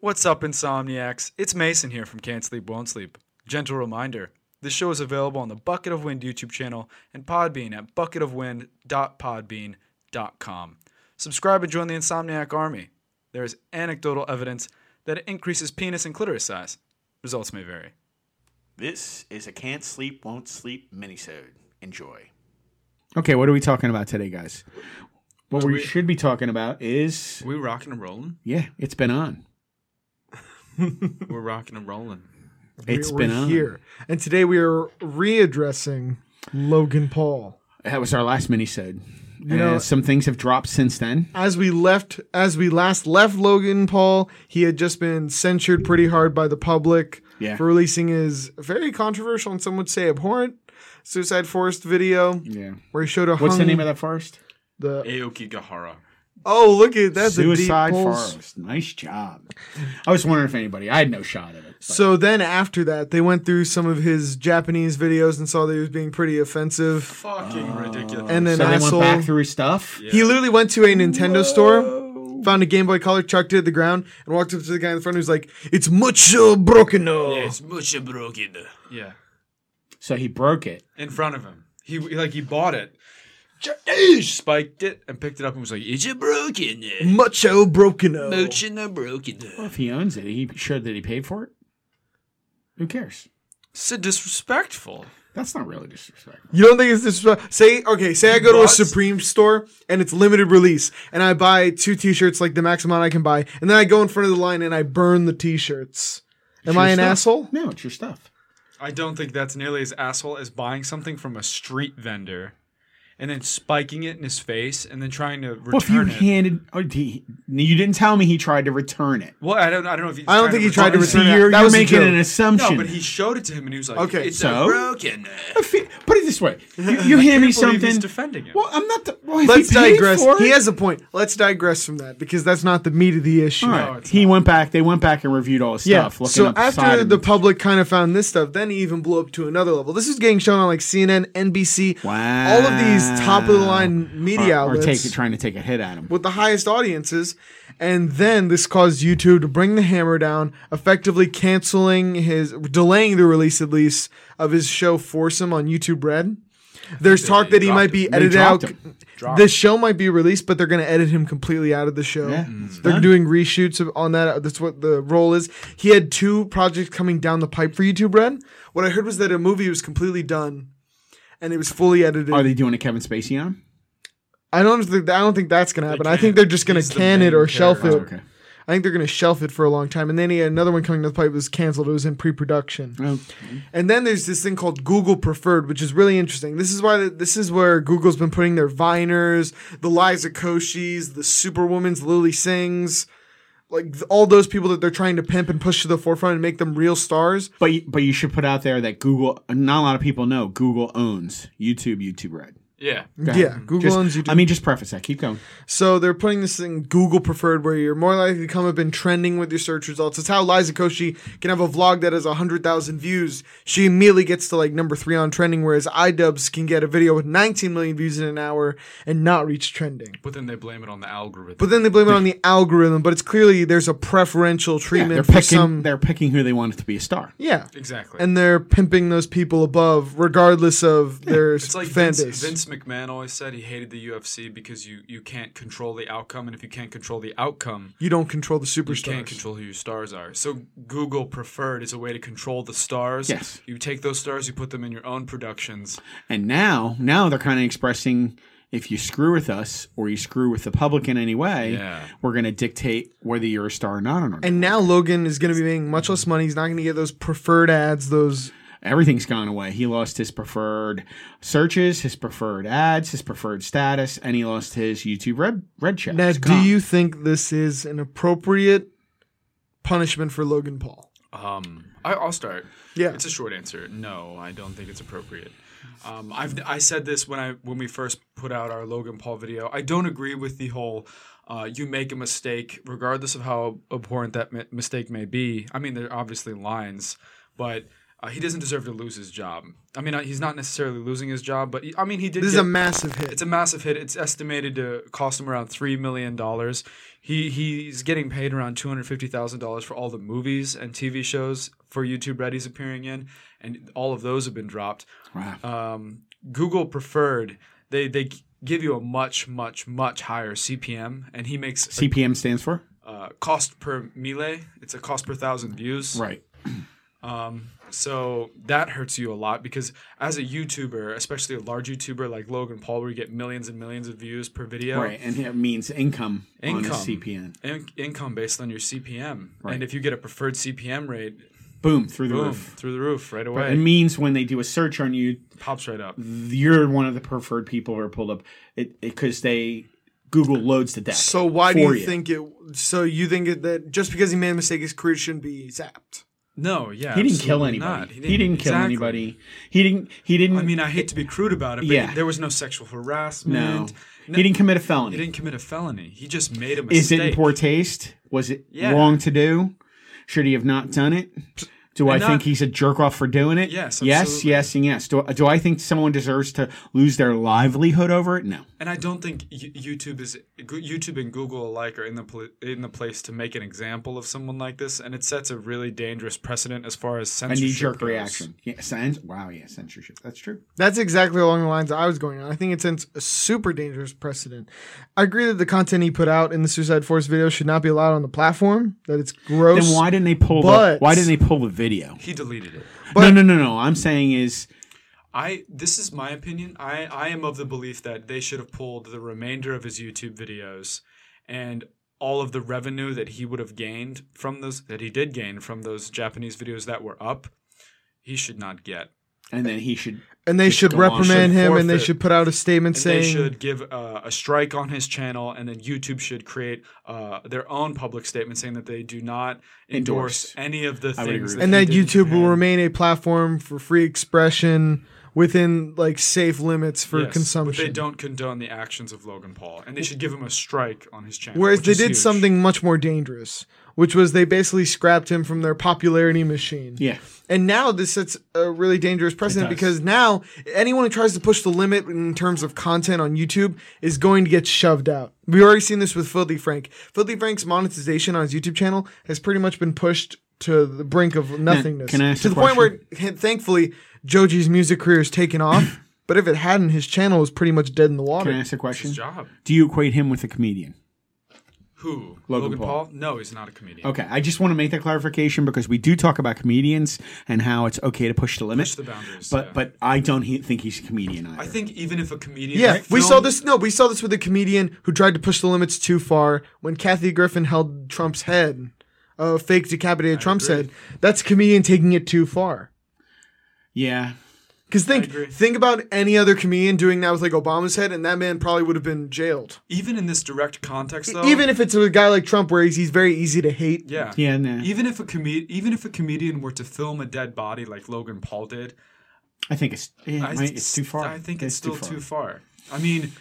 What's up, insomniacs? It's Mason here from Can't Sleep, Won't Sleep. Gentle reminder this show is available on the Bucket of Wind YouTube channel and Podbean at bucketofwind.podbean.com. Subscribe and join the Insomniac Army. There is anecdotal evidence that it increases penis and clitoris size. Results may vary. This is a Can't Sleep, Won't Sleep minisode. Enjoy. Okay, what are we talking about today, guys? What we, we- should be talking about is We rocking and rolling. yeah, it's been on. We're rocking and rolling. It's we're been on. here, and today we are readdressing Logan Paul. That was our last mini said. You know- some things have dropped since then. As we left, as we last left Logan Paul, he had just been censured pretty hard by the public Yeah. for releasing his very controversial and some would say abhorrent Suicide Forest video, Yeah. where he showed a What's the hung- name of that forest? the? Aoki Gahara. Oh, look at that's Suicide a deep pulse. Forest. Nice job. I was wondering if anybody. I had no shot at it. but- So then after that, they went through some of his Japanese videos and saw that he was being pretty offensive. Fucking ridiculous. And then Uh, so they asshole. went back through his stuff. He literally went to a Nintendo store, found a Game Boy Color, chucked it at the ground, and walked up to the guy in the front who's like, "It's much uh, broken." now." much broken. Yeah. So he broke it. In front of him. He like he bought it. Jadeesh! Spiked it and picked it up and was like, It's a broken. Much oh broken. now." Motion a broken. Well, if he owns it, he sure that he paid for it. Who cares? So disrespectful. That's not really disrespectful. You don't think it's disrespectful? Say okay. Say I go to a What? Supreme store and it's limited release, and I buy two T-shirts, like the max amount I can buy, and then I go in front of the line and I burn the T-shirts. Am It's your I an stuff. asshole? No, it's your stuff. I don't think that's nearly as asshole as buying something from a street vendor and then spiking it in his face and then trying to Well, if you return it. handed, oh, he, you didn't tell me he tried to return it. Well, I don't, I don't know if he's I don't trying think he return tried to it. So return it. you're, That you're was a making joke. an assumption. No, but he showed it to him and he was like, Okay, it's so? a broken. If he- Put it this way: you, you hand me can't believe he's something. defending him. Well, I'm not. The, well, if Let's he paid digress. For it, He has a point. Let's digress from that because that's not the meat of the issue. All right. he went back. They went back and reviewed all his stuff. Looking so up side after of the it. public kind of found this stuff, then he even blew up to another level. This is getting shown on like CNN, NBC, Wow. all of these top of the line media or, or outlets take, trying to take a hit at him. with the highest audiences. And then this caused YouTube to bring the hammer down, effectively canceling his, delaying the release at least of his show Foursome on YouTube Red. There's talk that he dropped might be They edited dropped out. him. The show might be released, but they're going to edit him completely out of the show. Yeah, Mm. it's They're done. doing reshoots of- on that. uh, That's what the role is. He had two projects coming down the pipe for YouTube Red. What I heard was that a movie was completely done, and it was fully edited. Are Oh, they doing a Kevin Spacey on? I don't think I don't think that's going to happen. I can't. think they're just going He's to the can main it or shelf it. character. Oh, Okay. I think they're going to shelf it for a long time. And then he had another one coming down the pipe that was canceled. It was in pre-production. Oh, And then there's this thing called Google Preferred, which is really interesting. This is why this is where Google's been putting their Viners, the Liza Koshi's, the Superwoman's, Lily Sings, like th- all those people that they're trying to pimp and push to the forefront and make them real stars. But you- but you should put out there that Google. Not a lot of people know Google owns YouTube. YouTube Red. Yeah. Go Yeah, ahead. Google Just- owns YouTube. I mean, just preface that. Keep going. So they're putting this thing Google Preferred, where you're more likely to come up in trending with your search results. It's how Liza Koshy can have a vlog that has hundred thousand views. She immediately gets to like number three on trending, whereas iDubbbz can get a video with 19 million views in an hour and not reach trending. But then they blame it on the algorithm. But then they blame it on the algorithm, but it's clearly there's a preferential Yeah, treatment they're for picking. some. They're picking who they want to be a star. yeah. exactly. And they're pimping those people above, regardless of their It's like fan Vince, base. Vince McMahon always said he hated the UFC because you, you can't control the outcome, and if you can't control the outcome, you don't control the you superstars. can't control who your stars are. So Google Preferred is a way to control the stars. Yes. You take those stars, you put them in your own productions. And now, now they're kind of expressing if you screw with us or you screw with the public in any way, Yeah. we're going to dictate whether you're a star or not. Or not. And now Logan is going to be making much less money. He's not going to get those preferred ads, those Everything's gone away. He lost his preferred searches, his preferred ads, his preferred status, and he lost his YouTube red red check. Now, It's do gone. you think this is an appropriate punishment for Logan Paul? Um, I, I'll start. Yeah. It's a short answer. No, I don't think it's appropriate. Um, I've I said this when I when we first put out our Logan Paul video. I don't agree with the whole. Uh, you make a mistake, regardless of how abhorrent that mi- mistake may be. I mean, there are obviously lines, but Uh, he doesn't deserve to lose his job. I mean, uh, he's not necessarily losing his job, but he, I mean, he did. This is get- a massive hit. it's a massive hit. It's estimated to cost him around three million dollars. He he's getting paid around two hundred fifty thousand dollars for all the movies and TV shows for YouTube Red he's appearing in, and all of those have been dropped. Wow. Um, Google preferred they they give you a much much much higher CPM, and he makes CPM stands for uh, cost per melee. It's a cost per thousand views. right. So that hurts you a lot because as a YouTuber, especially a large YouTuber like Logan Paul, where you get millions and millions of views per video, Right, and it means income, on the Income. CPN. in- income based on your CPM. And if you get a preferred CPM rate, Boom through the boom, roof. through the roof right away. It means when they do a search on you, pops right up. mm, you're one of the preferred people who are pulled up it because they Google loads to death. so why do you, for you. think it? So you think it- that just because he made a mistake, his career shouldn't be zapped? No, yeah. he didn't kill absolutely anybody. not. He didn't, kill exactly. anybody. He didn't. He didn't. I mean, I hate to be crude about it, but Yeah. there was no sexual harassment. no, No, He didn't commit a he felony. didn't commit a felony. He just made a mistake. Is it in poor taste? Was it Yeah. wrong to do? Should he have not done it? Do I And think not- he's a jerk off for doing it? Yes, yes, absolutely. yes, and yes. Do, do I think someone deserves to lose their livelihood over it? No. And I don't think Y- YouTube is Go- YouTube and Google alike are in the pl- in the place to make an example of someone like this, and it sets a really dangerous precedent as far as A censorship. knee jerk goes. reaction. Yeah, science. Wow. Yeah, censorship. That's true. That's exactly along the lines I was going on. I think it sets a super dangerous precedent. I agree that the content he put out in the Suicide Force video should not be allowed on the platform. That it's gross. Then why didn't they pull? the, But- why didn't they pull the video? He deleted it. no, no, no, no. I'm saying is I this is my opinion. I I am of the belief that they should have pulled the remainder of his YouTube videos and all of the revenue that he would have gained from those that he did gain from those Japanese videos that were up, he should not get. and then he should And they should go on, should reprimand him, and they forfeit. should put out a statement And saying they should give uh, a strike on his channel, and then YouTube should create uh, their own public statement saying that they do not endorse Endorse. any of the would things. agree with and he that did in YouTube will Japan. remain a platform for free expression within like safe limits for Yes, but consumption. they don't condone the actions of Logan Paul, and they should give him a strike on his channel. Whereas which they is did huge. something much more dangerous, which was they basically scrapped him from their popularity machine. yeah. And now this sets a really dangerous precedent does. because now anyone who tries to push the limit in terms of content on YouTube is going to get shoved out. We've already seen this with Filthy Frank. Filthy Frank's monetization on his YouTube channel has pretty much been pushed to the brink of nothingness. can I ask to a the point where, thankfully, Joji's music career has taken off. but if it hadn't, his channel was pretty much dead in the water. Can I ask a question? His job. Do you equate him with a comedian? Who? Logan Logan, Paul. Oh. Paul? No, he's not a comedian. Okay, I just want to make that clarification because we do talk about comedians and how it's okay to push the limit, Push the boundaries, But yeah. but I don't he- think he's a comedian either. I think even if a comedian. Yeah, we saw filmed- this. No, we saw this with a comedian who tried to push the limits too far when Kathy Griffin held Trump's head, uh, fake decapitated Trump's agree. head. That's a comedian taking it too far. yeah, Because think agree. think about any other comedian doing that with like Obama's head, and that man probably would have been jailed. Even in this direct context, though. Even if it's a guy like Trump, where he's, he's very easy to hate. Yeah. yeah, nah. Even if a comed- even if a comedian were to film a dead body like Logan Paul did, I think it's it I might- s- it's too far. I think it's, still too far. I mean,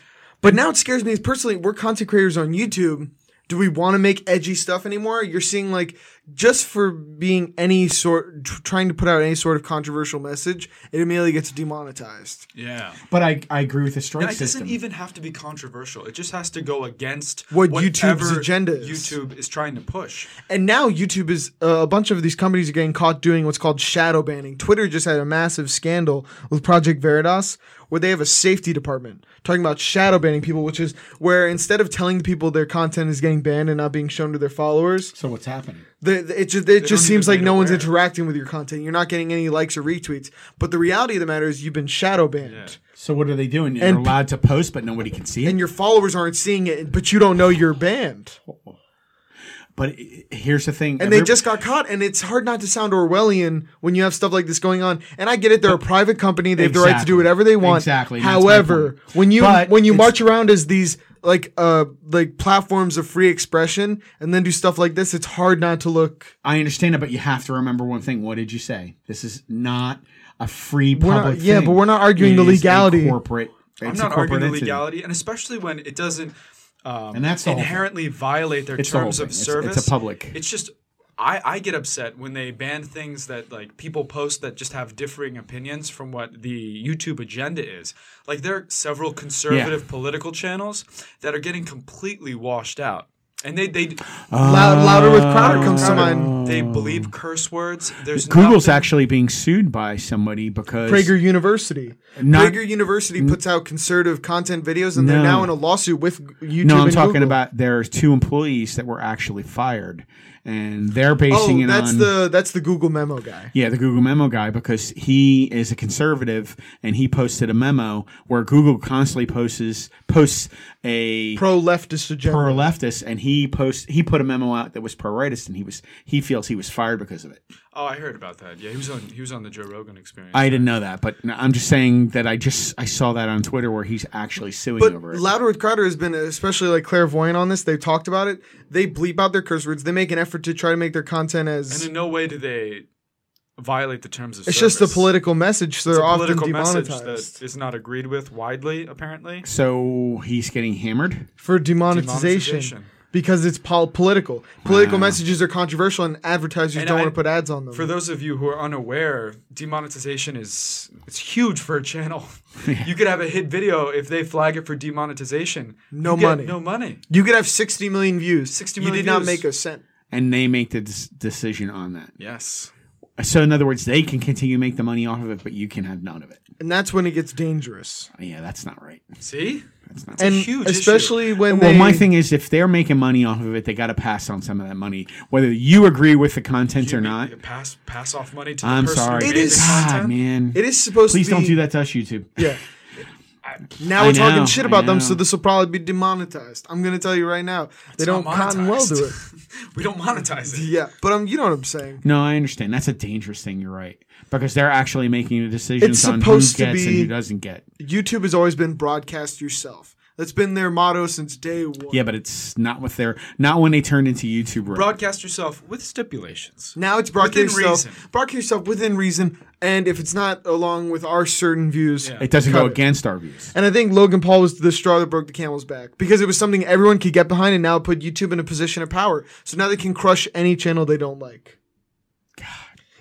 But now it scares me is personally, we're content creators on YouTube. Do we want to make edgy stuff anymore? You're seeing like just for being any sort, tr- trying to put out any sort of controversial message, it immediately gets demonetized. yeah. But I, I agree with the strike And it system. doesn't even have to be controversial. It just has to go against What YouTube's whatever agenda is. YouTube is trying to push. And now YouTube is uh, a bunch of these companies are getting caught doing what's called shadow banning. Twitter just had a massive scandal with Project Veritas where they have a safety department talking about shadow banning people, which is where instead of telling the people their content is getting banned and not being shown to their followers, so what's happening? The, the- it just, it just don't seems even like made no one's aware. interacting with your content. You're not getting any likes or retweets. But the reality of the matter is, you've been shadow banned, So what are they doing? You're And- allowed to post, but nobody can see it. and your followers aren't seeing it, but you don't know you're banned. but i- i- here's the thing, And they every- just got caught, and it's hard not to sound Orwellian when you have stuff like this going on. And I get it; they're a private company; they have the right to Exactly. do whatever they want. Exactly, and that's my However, point. when you But when you it's- march around as these like uh like platforms of free expression, and then do stuff like this, it's hard not to look. I understand it, but you have to remember one thing. What did you say? This is not a free We're not- public. yeah, thing. but we're not arguing the is a legality. corporate. I'm it's a not arguing corporate the entity. legality, and especially when it doesn't um, And that's the whole thing. inherently violate their It's the whole terms thing. of It's- it's a service. public- It's just I, I get upset when they ban things that like people post that just have differing opinions from what the YouTube agenda is. Like there are several conservative political channels that are getting completely washed out. And they they Loud, louder with crowder comes to Ah. Crowder, mind. They believe curse words. There's Google's nothing- actually being sued by somebody because Prager University. Not- Prager University puts out conservative content videos, and they're No. now in a lawsuit with YouTube. No, I'm and talking Google. about there are two employees that were actually fired, and they're basing Oh, it that's on the that's the Google memo guy. yeah the Google memo guy because he is a conservative and he posted a memo where Google constantly posts posts a Pro leftist agenda. pro leftist and he post he put a memo out that was pro rightist and he was he feels he was fired because of it. Oh, I heard about that. Yeah, he was on he was on the Joe Rogan Experience. I didn't know that, but I'm just saying that I just I saw that on Twitter where he's actually suing But over it. Louder with Crowder has been especially like clairvoyant on this. They've talked about it. They bleep out their curse words. They make an effort to try to make their content and as in no way do they violate the terms of it's service. just a political message, so It's they're a often political message demonetized that is not agreed with widely, apparently. so he's getting hammered. for demonetization, Demonetization. because it's pol- political. Political messages are controversial, and advertisers And don't I- want to put ads on them. For those of you who are unaware, demonetization is it's huge for a channel. you could have a hit video if they flag it for demonetization. No you get money. No money. you could have 60 million views. 60 You million did not views. make a cent. And they make the des- decision on that. Yes. So in other words, they can continue to make the money off of it, but you can have none of it. And that's when it gets dangerous. Yeah, that's not right. See? That's not. and huge issue. especially when well, they, my thing is, if they're making money off of it, they got to pass on some of that money, whether you agree with the content or not. You pass pass off money to I'm the person sorry. who It made is- the God, content. man. it is supposed Please to be don't do that to us, YouTube. Yeah. Now we're I know, talking shit I about them, know. so this will probably be demonetized. I'm gonna tell you right now, they don't not cotton well monetized. to it. we don't monetize it. Yeah, but um, you know what I'm saying. No, I understand. That's a dangerous thing. You're right because they're actually making the decisions It's on who supposed gets to and be- who doesn't get. YouTube has always been broadcast yourself. That's been their motto since day one. Yeah, but it's not with their not when they turned into YouTube. Bro. Broadcast yourself with stipulations. Now it's broadcast Within yourself, reason. broadcast yourself within reason, and if it's not along with our certain views, it doesn't go cut it. against our views. And I think Logan Paul was the straw that broke the camel's back because it was something everyone could get behind, and now it put YouTube in a position of power. So now they can crush any channel they don't like. God.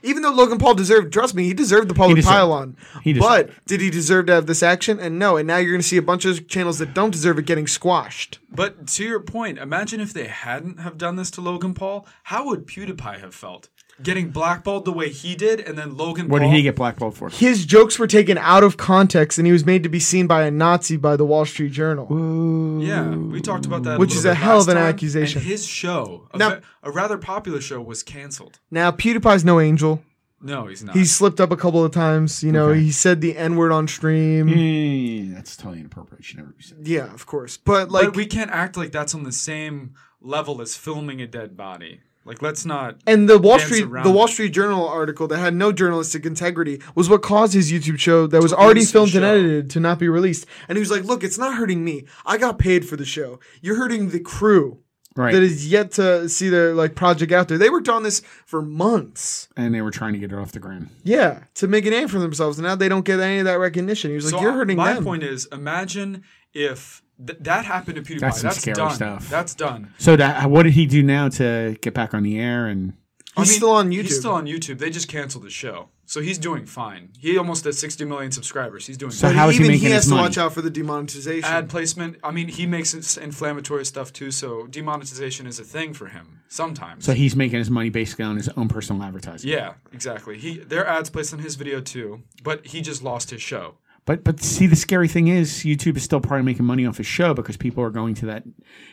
Even though Logan Paul deserved, trust me, he deserved the public deserved it. pylon. He deserved but did he deserve to have this action? And no. And now you're going to see a bunch of channels that don't deserve it getting squashed. But to your point, imagine if they hadn't have done this to Logan Paul. How would PewDiePie have felt? Getting blackballed the way he did, and then Logan What Paul. did he get blackballed for? His jokes were taken out of context, and he was made to be seen by a Nazi by the Wall Street Journal. Uh, Yeah, we talked about that. Which little is a bit hell of last an time, accusation. And his show, a, Now- ve- a rather popular show, was canceled. Now PewDiePie's no angel. No, he's not. He slipped up a couple of times. You know, he said the N word on stream. Mm, that's totally inappropriate. Should never be said. Yeah, of course. But but like we can't act like that's on the same level as filming a dead body. Like, let's not. and the Wall dance Street around the Wall it. Street Journal article that had no journalistic integrity was what caused his YouTube show that was already lose his filmed and show. edited to not be released. And he was like, "Look, it's not hurting me. I got paid for the show. You're hurting the crew Right. that is yet to see their like project out there. They worked on this for months. and they were trying to get it off the ground. Yeah, to make a name for themselves, and now they don't get any of that recognition. He was like, so "You're I- hurting My them." point is, imagine if th- that happened to PewDiePie. That's That's, some scary done. stuff. That's done. So that what did he do now to get back on the air? And I he's mean, still on YouTube. He's still on YouTube. They just canceled the show, so he's doing fine. He almost has 60 million subscribers. He's doing So fine. how is he even making he his has to money? watch out for the demonetization. ad placement. I mean, he makes ins- inflammatory stuff too, so demonetization is a thing for him sometimes. So he's making his money basically on his own personal advertising. yeah, exactly. He their ads placed on his video too, but he just lost his show. But but see, the scary thing is YouTube is still probably making money off his show because people are going to that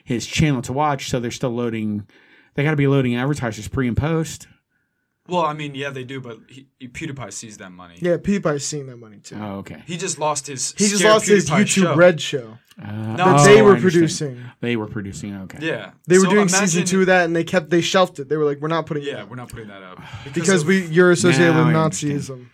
his channel to watch. So they're still loading. They got to be loading advertisers pre and post. Well, I mean, yeah, they do, but he, he- PewDiePie sees that money. yeah, PewDiePie's seeing that money too. Oh, okay. He just lost his. He just scared lost his PewDiePie YouTube show. Red show Uh, That oh, they I were understand. producing. They were producing. Okay. Yeah, They were So doing season imagine- two of that, and they kept they shelved it. They were like, "We're not putting it Yeah, out we're not putting that up because of- we you're associated Now with I Nazism."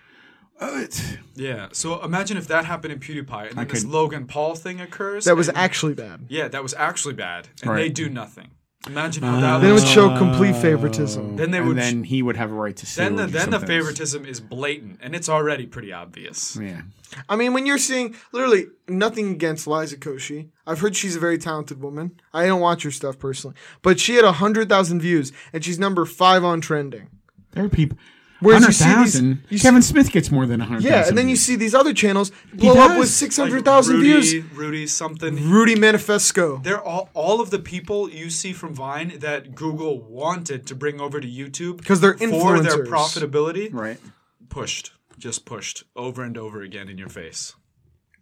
Oh, it's- Yeah, so imagine if that happened in PewDiePie, and then this could- Logan Paul thing occurs. That was and- actually bad. yeah, that was actually bad, and they Right. do nothing. Imagine how that Uh, Then it would. would show complete Oh. favoritism. Then they And would- Then he would have a right to sue. then or the do then the something. favoritism is blatant, and it's already pretty obvious. Yeah. I mean, when you're seeing literally nothing against Liza Koshy, I've heard she's a very talented woman. I don't watch her stuff personally, but she had hundred thousand views and she's number five on trending. There are people. Whereas Hundred you see these- thousand. Kevin Smith gets more than hundred thousand. Yeah, and then you see these other channels blow up does. with six hundred thousand Rudy, views. Rudy something. Rudy Manifesco. They're all all of the people you see from Vine that Google wanted to bring over to YouTube 'Cause they're for their influencers. profitability right. pushed, just pushed over and over again in your face.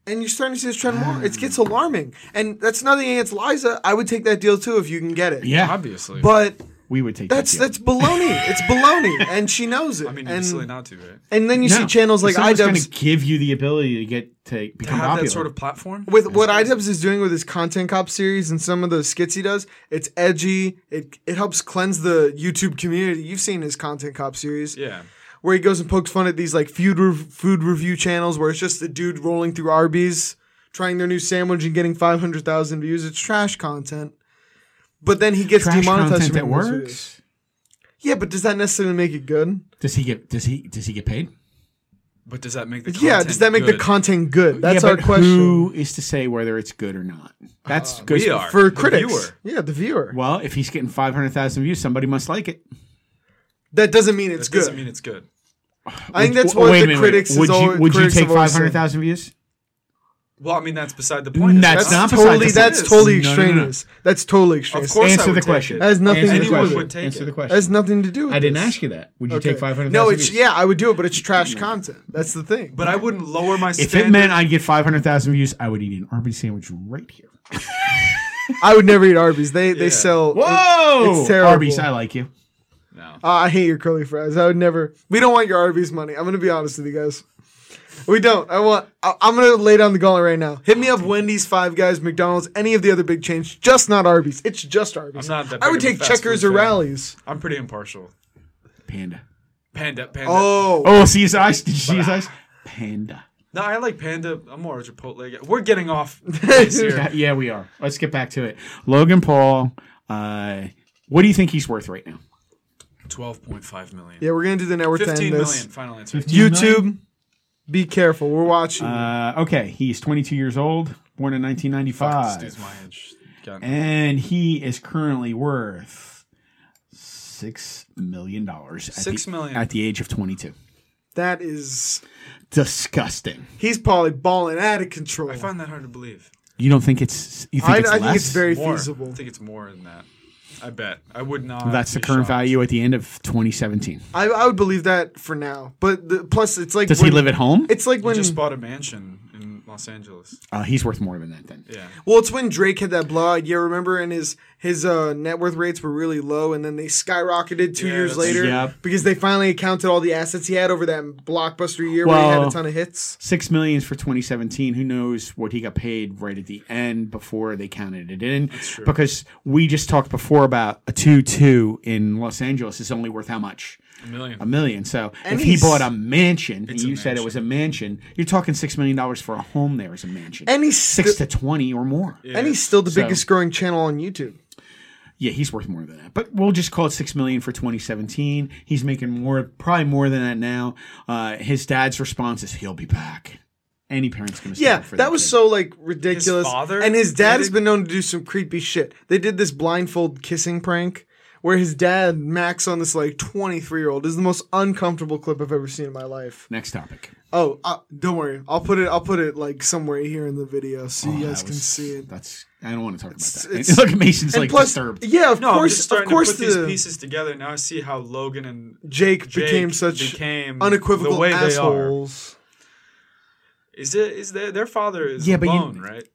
and you're starting to see this trend more. It gets alarming, and that's nothing against Liza. I would take that deal too if you can get it. Yeah, Obviously, but we would take that's that. deal. that's baloney. it's baloney, and she knows it. I mean, you'd be and, silly not to, right? and then you see No. channels like Someone's gonna iDubbbz give you the ability to get to To become have popular. that sort of platform. with what iDubbbz is doing with his content cop series and some of the skits he does. It's edgy. It it helps cleanse the YouTube community. You've seen his content cop series. yeah, where he goes and pokes fun at these like food rev- food review channels where it's just the dude rolling through Arby's trying their new sandwich and getting 500,000 views. It's trash content. But then he gets trash demonetized content from that those videos. works. Yeah, but does that necessarily make it good? Does he get? Does he? Does he get paid? but does that make the yeah, content does that make the good? content good? That's yeah, our but question. Who is to say whether it's good or not? That's good. we are for the critics. viewer. Yeah, the viewer. Well, if he's getting five hundred thousand views, somebody must like it. That doesn't mean it's That good. doesn't mean it's good. I think Would- that's oh, what wait a the minute, wait a critics minute. would is you, always, would you critics take have always five said. hundred thousand views? Well, I mean that's beside the point. is That's it That's not not. beside totally the that's point. No, totally no, no, no. extraneous. That's totally extraneous. Of course, I Answer would the take question. it. That has nothing Answer to the do with question. it. Would take Answer it. the That question. has nothing to do with I didn't this. ask you that. Would you Okay. take five hundred? No, it's yeah, I would do it, but it's trash content. That's the thing. But I wouldn't lower my If standard. it meant I'd get five hundred thousand views, I would eat an Arby's sandwich right here. I would never eat Arby's. They they sell. Whoa! it's terrible. Arby's, I like you. no. Ah, I hate your curly fries. I would never. We don't want your Arby's money. I'm gonna be honest with you guys. We don't. I want. I, I'm gonna lay down the gauntlet right now. Hit me up, Wendy's, Five Guys, McDonald's, any of the other big chains. Just not Arby's. It's just Arby's. I'm not that I would big of take a fast Checkers food or fan. Rallies. I'm pretty impartial. Panda. Panda, panda. Oh, Oh, see his eyes. Did you see his eyes? Panda. No, I like Panda. I'm more a Chipotle guy. We're getting off base Yeah, here. yeah, we are. Let's get back to it. Logan Paul. Uh, what do you think he's worth right now? Twelve point five million. yeah. We're gonna do the net worth to end 15 million. this. Final answer. YouTube, be careful. We're watching. Uh, okay, he's 22 years old, born in Fuck, this 1995, dude's my age. God. and he is currently worth six million dollars. at Six the- million. at the age of 22. that is. Disgusting. He's probably balling out of control. I find that hard to believe. You don't think it's? You think I, it's I less? think it's very More. feasible. I think it's more than that. I bet. I would not. That's the be current shocked. value at the end of 2017. I, I would believe that for now. But the, plus, it's like Does he when- live at home? It's like He when just bought a mansion in Los Angeles. Uh, he's worth more than that. Then Yeah. well, it's when Drake had that blowout. Yeah, remember, and his his uh, net worth rates were really low, and then they skyrocketed two Yeah, years that's- later Yep. because they finally accounted all the assets he had over that blockbuster year where he had Well- a ton of hits. six millions for 2017 who knows what he got paid right at the end before they counted it in because we just talked before about a 2-2 in los angeles is only worth how much A million. a million so And if he he's- bought a mansion and a you said it was a mansion you're talking six million dollars for a home there is a mansion And he's six sti- to 20 or more yeah. and he's still the So- biggest growing channel on YouTube. he's worth more than that but we'll just call it six million for 2017 he's making more probably more than that now uh, his dad's response is he'll be back any parent's gonna stand Yeah, up for that was kid. so like ridiculous. father and his did dad has it? been known to do some creepy shit. They did this blindfold kissing prank where his dad Max on this like 23 year old is the most uncomfortable clip I've ever seen in my life. next topic Oh, uh, don't worry. I'll put it. I'll put it like somewhere here in the video Oh, so you guys can see it. That's I don't want to talk about that. it's- Look, Mason's And like plus, disturbed. yeah, of No, I'm just course, of starting course, to put the these pieces together. Now I see how Logan and Jake, Jake became such became unequivocal the way they are. assholes. is it is their their father is Yeah, yeah, but you- right?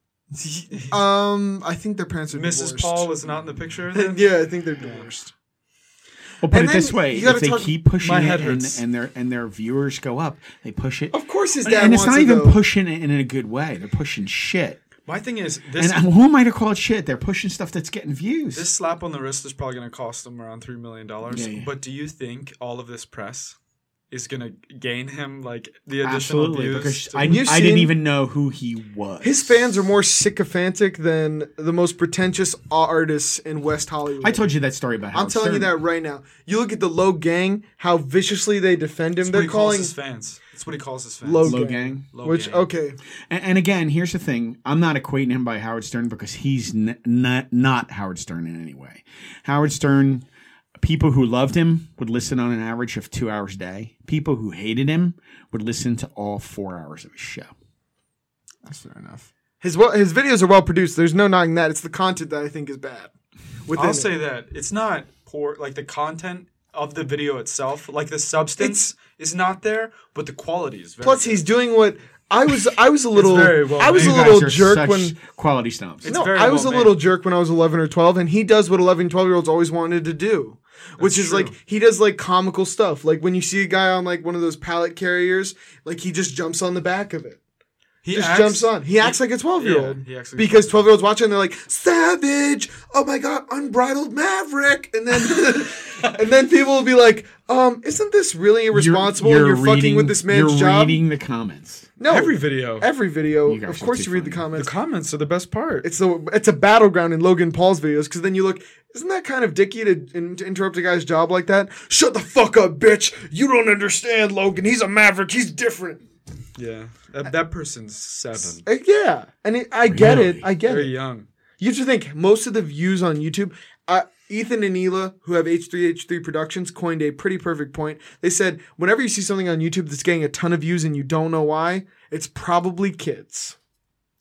Um, I think their parents are Mrs. divorced. Paul is not in the picture. Then? yeah, I think they're divorced. Well, put and it this then way: you gotta if they talk- keep pushing My head it and, hurts. and their and their viewers go up, they push it. Of course, his And, dad. it's wants not it, even though. pushing it in a good way. They're pushing shit. My thing is this And who am I to call it shit? They're pushing stuff that's getting views. this slap on the wrist is probably going to cost them around three million dollars. Yeah, yeah. But do you think all of this press is gonna gain him like the additional Absolutely, views because to- I, I You've didn't seen- even know who he was. His fans are more sycophantic than the most pretentious artists in West Hollywood. I told you that story about. I'm Howard telling you Stern. that right now. You look at the Low Gang, how viciously they defend him. That's what They're he calls calling his fans. That's what he calls his fans. Low, Low gang, gang. Low which gang. okay, And, and again, here's the thing: I'm not equating him by Howard Stern because he's n- not not Howard Stern in any way. Howard Stern, people who loved him would listen on an average of two hours a day. People who hated him would listen to all four hours of his show. That's fair enough. his well, his videos are well produced. There's no knocking that. It's the content that I think is bad. Within I'll it. say that it's not poor. Like the content of the video itself, like the substance is not there, but the quality is very. Plus, good. he's doing what I was. I was a little. very well I was a You made. little guys are jerk such when. quality snobs. It's No, very I was well a little made. jerk when I was 11 or 12, and he does what 11, 12 year olds always wanted to do, which is like he does like comical stuff. Like when you see a guy on like one of those pallet carriers, like he just jumps on the back of it. He just acts- jumps on. He acts like a 12 year yeah, old. he acts like a Because 12 year olds watching, they're like, Savage! Oh my God, unbridled maverick! And then. And then people will be like, um, isn't this really irresponsible? and you're fucking reading- with this man's you're job. reading the comments. no, Every video. every video. You guys of are course, too you read the funny. the comments. comments are the best part. It's the it's a battleground in Logan Paul's videos because then you look. Isn't that kind of dicky to, in, to interrupt a guy's job like that? Shut the fuck up, bitch! You don't understand, Logan. He's a maverick. He's different. yeah, that, that person's seven. Uh, yeah, and it, I get it. Really? I get Very it. young. You have to think most of the views on YouTube. Uh, Ethan and Hila, who have H3H3 Productions, coined a pretty perfect point. They said whenever you see something on YouTube that's getting a ton of views and you don't know why, it's probably kids.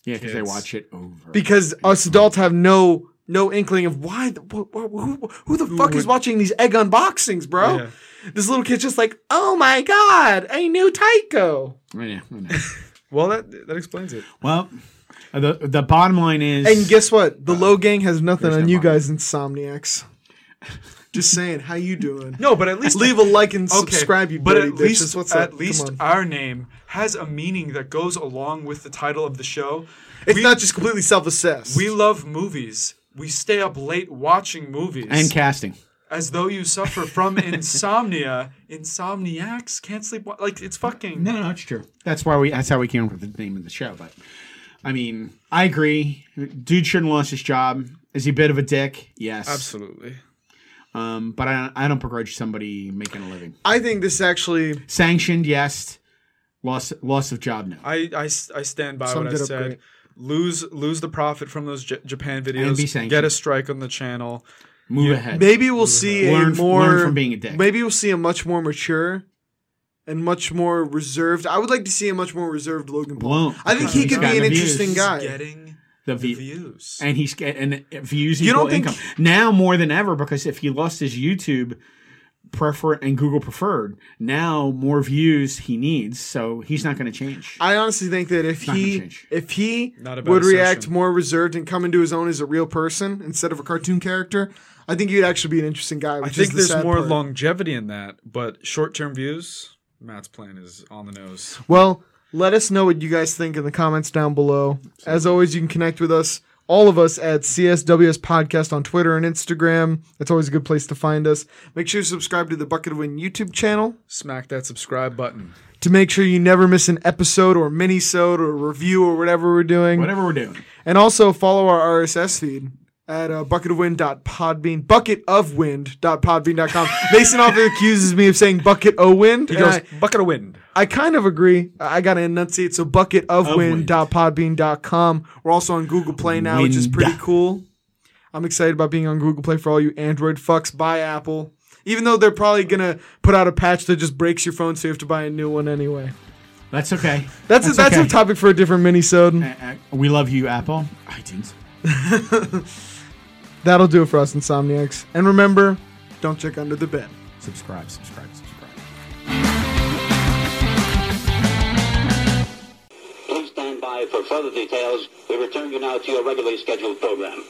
Yeah, because they Kids. watch it over. because us adults have no no inkling of why the, wh- wh- who, who the fuck is watching these egg unboxings, bro. Yeah. This little kid's just like, oh my god, a new Tyco, I know, I know. Well, that that explains it. well, uh, the the bottom line is and guess what? The Low Gang has nothing there's on no you bottom. guys, insomniacs. just saying, how you doing? No, but at least Leave a like and subscribe, you but dirty at least bitches. What's at up? Come least on. our name has a meaning that goes along with the title of the show. it's not just completely self-assessed. We love movies. We stay up late watching movies. and casting. as though you suffer from insomnia. Insomniacs can't sleep. wa- Like it's fucking. No, no, it's true. That's why we. That's how we came up with the name of the show. But I mean, I agree. Dude shouldn't lost his job. Is he a bit of a dick? Yes, Absolutely. Um, but I, I don't begrudge somebody making a living. I think this actually Sanctioned, yes. Loss, loss of job, no. I, I, s- I stand by Summed what I it up said. great. Lose lose the profit from those J- Japan And be videos. sanctioned. Get a strike on the channel. Move ahead. Maybe we'll see Learn a f- more learn from being a dick. Maybe we'll see a much more mature and much more reserved. I would like to see a much more reserved Logan Paul. Won't, I think he because could be he's an gotten the views. interesting guy. Getting the the view, views. and he's get- and uh, views. You don't equal think- income. now more than ever because if he lost his YouTube prefer and Google preferred, now more views he needs, so he's not going to change. I honestly think that if not gonna he change. if he Not a bad would react assertion. more reserved and come into his own as a real person instead of a cartoon character, I think he'd actually be an interesting guy. I Which think is the there's sad more part. longevity in that, but short term views. Matt's plan is on the nose. Well, let us know what you guys think in the comments down below. As always, you can connect with us, all of us at CSWS Podcast on Twitter and Instagram. That's always a good place to find us. Make sure you subscribe to the Bucket of Win YouTube channel Smack that subscribe button. to make sure you never miss an episode or mini-sode or review or whatever we're doing. Whatever we're doing, And also follow our RSS feed at uh, bucketofwind.podbean, bucketofwind.podbean.com. Mason often accuses me of saying bucket o wind. He and goes I- bucket of wind. I kind of agree. I got to enunciate. So bucketofwind.podbean.com. We're also on Google Play now, which is Wind. pretty cool. I'm excited about being on Google Play for all you Android fucks. Buy Apple. Even though they're probably going to put out a patch that just breaks your phone, so you have to buy a new one anyway. that's okay. That's, a, that's okay. a topic for a different mini-sode. Uh, uh, we love you, Apple. iTunes. That'll do it for us, Insomniacs. And remember, don't check under the bed. Subscribe, subscribe, subscribe. Please stand by for further details. We return you now to your regularly scheduled program.